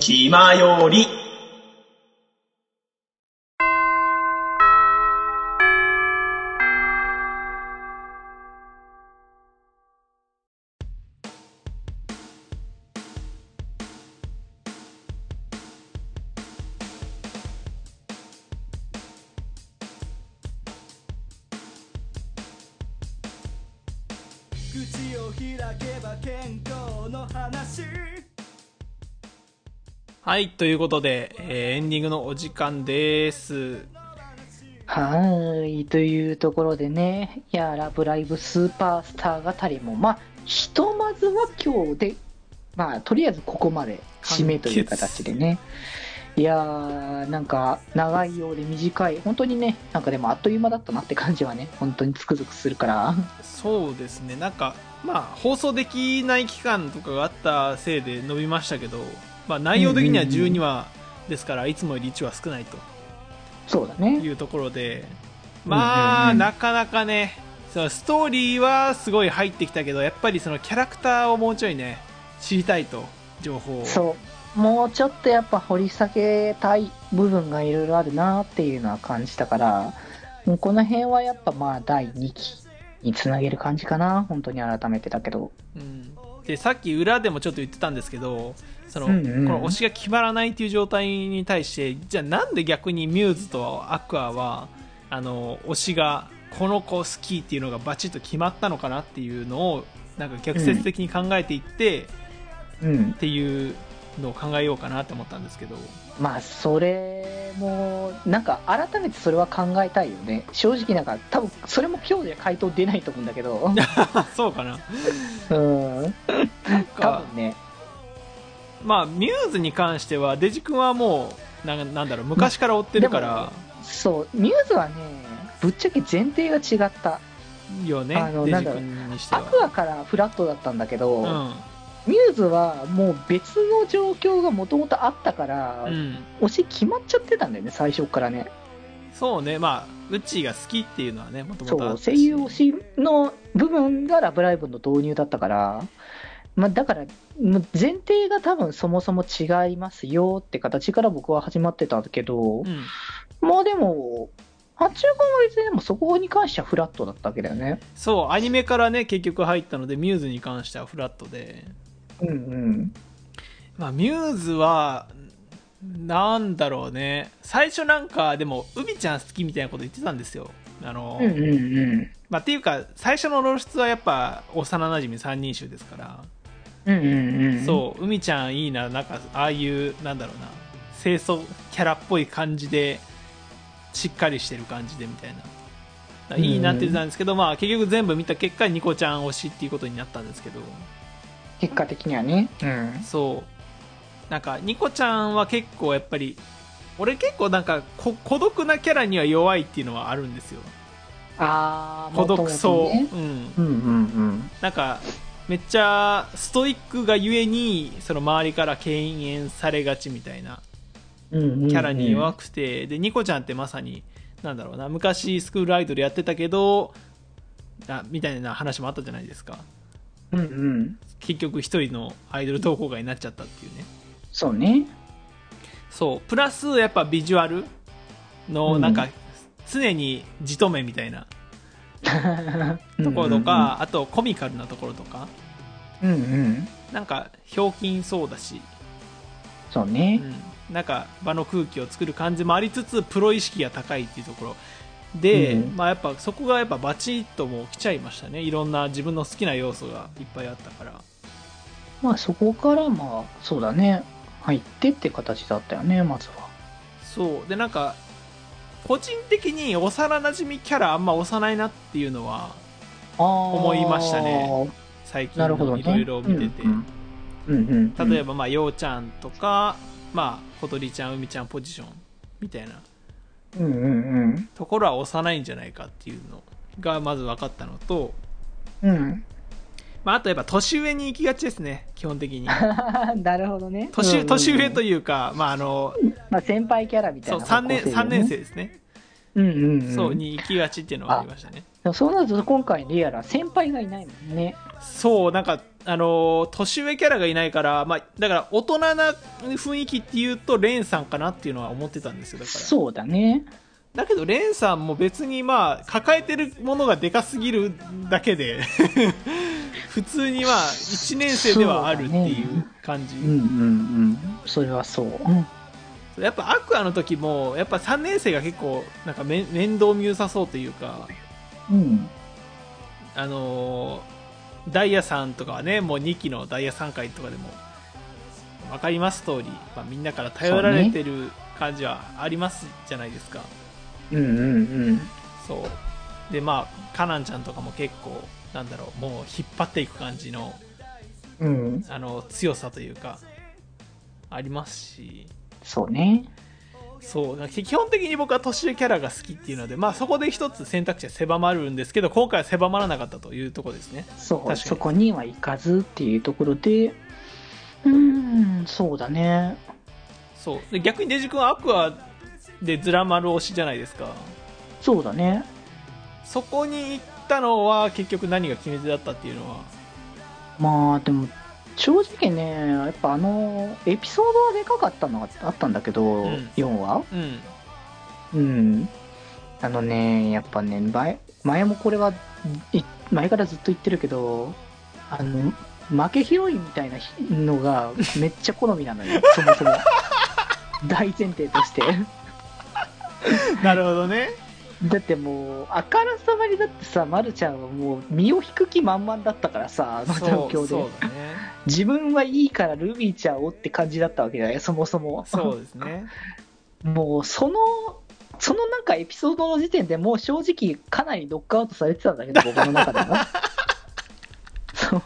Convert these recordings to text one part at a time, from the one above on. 今より。口を開けば健康の話はい、ということで、えーエンディングのお時間です。はーい、というところでね、いや、ラブライブスーパースター語りも、まあ、ひとまずは今日で、まあ、とりあえずここまで締めという形でね。いやー、なんか、長いようで短い、本当にね、なんかでもあっという間だったなって感じはね、本当につくづくするから。そうですね、なんか、まあ、放送できない期間とかがあったせいで伸びましたけど、まあ、内容的にはうんうんうん12話ですから、いつもより1話少ないとそうだね。いうところで、まあ、うんうんうんなかなかね、そのストーリーはすごい入ってきたけど、やっぱりそのキャラクターをもうちょいね、知りたいと、情報を。そう。もうちょっとやっぱ掘り下げたい部分がいろいろあるなーっていうのは感じたから、もうこの辺はやっぱまあ、第2期につなげる感じかな、本当に改めてだけど。うんでさっき裏でもちょっと言ってたんですけどその、うんうんこの推しが決まらないという状態に対してじゃあなんで逆にミューズとアクアはあの推しがこの子好きっていうのがバチッと決まったのかなっていうのをなんか逆説的に考えていって、っうん。ていうのを考えようかなと思ったんですけどまあ、それも、なんか改めてそれは考えたいよね。正直なんか、多分それも今日で回答出ないと思うんだ けど、あそうかなうなん。ん多か、分ね、まあ、ミューズに関してはデジ君はもうなんなんだろう昔から追ってるから、そう、ミューズはね、ぶっちゃけ前提が違った。いいよねあのデなジんだろう君にしてアは。クアからフラットだったんだけど、うんミューズはもう別の状況がもともとあったから、うん推し決まっちゃってたんだよね、最初からね。そうね、まあ、ウッチーが好きっていうのはね、もともそとう、声優推しの部分がラブライブの導入だったから、まあ、だから、もう前提が多分そもそも違いますよって形から僕は始まってたけう、どん、もうでも、八中君は別にでもそこに関してはフラットだったわけだよね。そう、アニメからね、結局入ったので、ミューズに関してはフラットで、うんうん。まあ、ミューズは、なんだろうね、最初なんか、でも、海ちゃん好きみたいなこと言ってたんですよ。あの、うんうんうん。まあ、っていうか、最初の露出はやっぱ、幼馴染み三人衆ですから、うんうんうん。そう、海ちゃんいいな、なんか、ああいう、なんだろうな、清楚キャラっぽい感じで、しっかりしてる感じでみたいな。だいいなって言ってたんですけど、まあ結局全部見た結果、ニコちゃん推しっていうことになったんですけど、結果的にはね。うん。そう、なんかニコちゃんは結構やっぱり、俺結構なんかこ孤独なキャラには弱いっていうのはあるんですよ。あー、孤独そう。元々ねうん。うんうんなんか、めっちゃストイックがゆえに、その周りから敬遠されがちみたいな。うんうんうんうん。キャラに弱くて、でニコちゃんってまさになんだろうな昔スクールアイドルやってたけどあみたいな話もあったじゃないですかうんうん。結局一人のアイドル同好会になっちゃったっていうねそうね。そうプラスやっぱビジュアルのうんなんか、常にじとめみたいなとところとか、、あとコミカルなところとかうんうん、なんかひょうきんそうだし、そううね、んなんか場の空気を作る感じもありつつプロ意識が高いっていうところで、うんまあ、やっぱそこがやっぱバチッともう来ちゃいましたねいろんな自分の好きな要素がいっぱいあったからまあそこからまあそうだね入ってって形だったよねまずはそうでなんか個人的に幼なじみキャラあんま押さないなっていうのは思いましたね最近なるほのどねいろいろ見てて、うんうんうんうん、例えばばまあようちゃんとか、まあ、小鳥ちゃん海ちゃんポジションみたいなうんうんところは押さないんじゃないかっていうのがまず分かったのとうんうん まあ、あとやっぱ年上に行きがちですね、基本的 に。なるほどね年,、年上という、いうか、まああのまあ、先輩キャラみたいそうな3年、方向性だよ三ね年生ですね。うんうん、うん、そうに行きがちっていうのはありましたねでもそうなると今回リアラ先輩がいないもんねそうなんかあのー年上キャラがいないから、まあ、だから大人な雰囲気っていうとレンさんかなっていうのは思ってたんですよだからそうだねだけどレンさんも別にまあ抱えてるものがでかすぎるだけで 普通にまあ1年生ではあるっていう感じうんうんうんそれはそう、うん、やっぱアクアの時もやっぱ3年生が結構なんかめ面倒見よさそうというかうん、あのーダイヤさんとかはねもう2期のダイヤ3回とかでも分かります通り、まあ、みんなから頼られてる感じはありますじゃないですかうんうんそう,、でまあカナンちゃんとかも結構なんだろうもう引っ張っていく感じのうんうんあの強さというかありますしそうねそうだから基本的に僕は年上キャラが好きっていうので、まあ、そこで一つ選択肢は狭まるんですけど今回は狭まらなかったというところですねそかうにそこには行かずっていうところでうんそうだねそうで逆にデジ君はアクアでズラ丸推しじゃないですかそうだねそこに行ったのは結局何が決め手だったっていうのはまあでも正直ねやっぱあのエピソードはでかかったのがあったんだけど、ん4話うんうんあのねやっぱね前前もこれはい前からずっと言ってるけどあの負けヒロインみたいなひのがめっちゃ好みなの よそもそも大前提として なるほどねだってもうあからさまにだってさ、ま、るちゃんはもう身を引く気満々だったからさそのそ状う況でそうだね自分はいいからルビーちゃんをって感じだったわけだよそもそもそうですねもうそのそのなんかエピソードの時点でもう正直かなりノックアウトされてたんだけど僕の中ではそう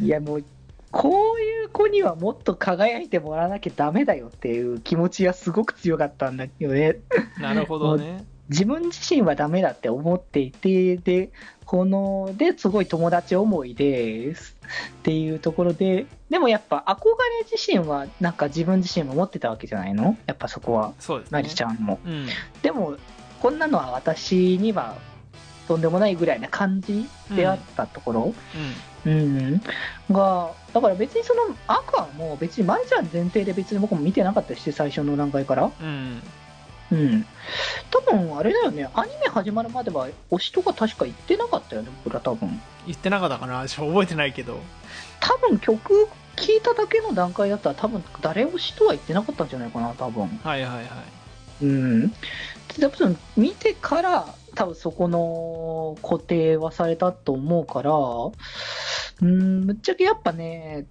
いやもうこういう子にはもっと輝いてもらわなきゃダメだよっていう気持ちがすごく強かったんだよねなるほどね自分自身はダメだって思っていてでこのですごい友達思いですっていうところででもやっぱ憧れ自身はなんか自分自身も持ってたわけじゃないのやっぱそこはそうですねマリちゃんもうんでもこんなのは私にはとんでもないぐらいな感じであったところ、うんがだから別にその赤はもう別にマリちゃん前提で別に僕も見てなかったし最初の段階からうんうんうん、多分あれだよねアニメ始まるまでは推しとか確か言ってなかったよね僕ら多分言ってなかったかなちょ覚えてないけど多分曲聴いただけの段階だったら多分誰推しとは言ってなかったんじゃないかな多分はいはいはいうん多分見てから多分そこの固定はされたと思うからうんぶっちゃけやっぱね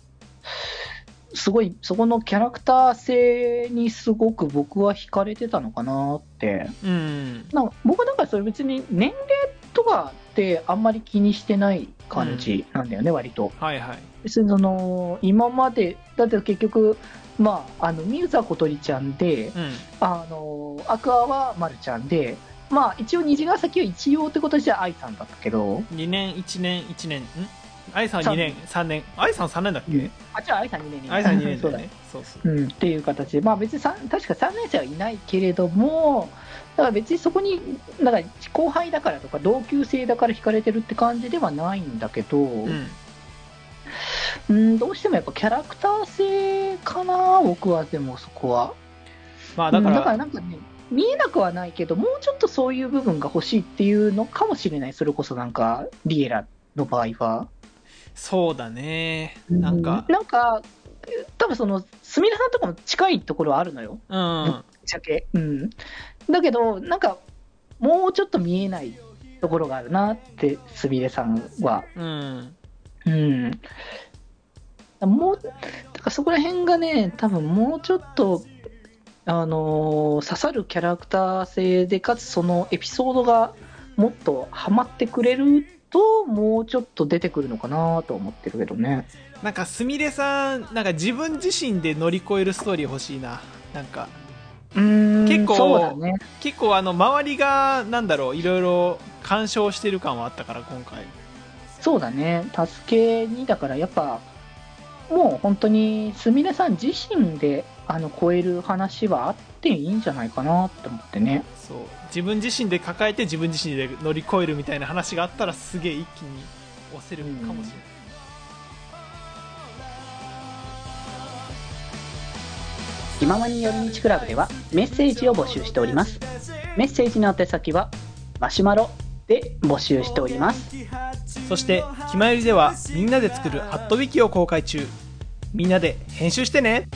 すごいそこのキャラクター性にすごく僕は惹かれてたのかなってうんなんか僕なんかそれ別に年齢とかってあんまり気にしてない感じなんだよね、割とはいはい別にその今までだって結局まああのミュザ小鳥ちゃんでうんあのアクアはまるちゃんでまあ一応虹ヶ崎は一応ってことでは愛さんだったけど2年1年1年ん愛さん2年3年愛さん3年だっけあじゃあ愛さん2年に愛さん2年そうだだよねそうそううん、っていう形で、まあ、別にさん確か3年生はいないけれども、だから別にそこになんか後輩だからとか、同級生だから惹かれてるって感じではないんだけど、ううんんどうしてもやっぱキャラクター性かな、僕はでもそこは。まあだかうんだかららなんかね、見えなくはないけど、もうちょっとそういう部分が欲しいっていうのかもしれない、それこそなんか、リエラの場合は。そうだねなんかなんか多分その、すみれさんとかも近いところはあるのよ。うんぶっちゃけ、うん、だけどなんかもうちょっと見えないところがあるなってすみれさんは、うんうん、もうだからそこら辺がね多分もうちょっとあのー刺さるキャラクター性でかつそのエピソードがもっとハマってくれるともうちょっと出てくるのかなと思ってるけどねなんかすみれさんなんか自分自身で乗り越えるストーリー欲しいななんか結結構そうだね結構あの周りがなんだろういろいろ干渉してる感はあったから今回そうだね、助けにだからやっぱ、もう本当にすみれさん自身であの超える話はあっていいんじゃないかなって思ってねそう自分自身で抱えて自分自身で乗り越えるみたいな話があったらすげえ一気に押せるかもしれない、気ままに寄り道クラブではメッセージを募集しておりますメッセージの宛先はマシュマロで募集しておりますそして「きまより」ではみんなで作る「アットウィキを公開中みんなで編集してね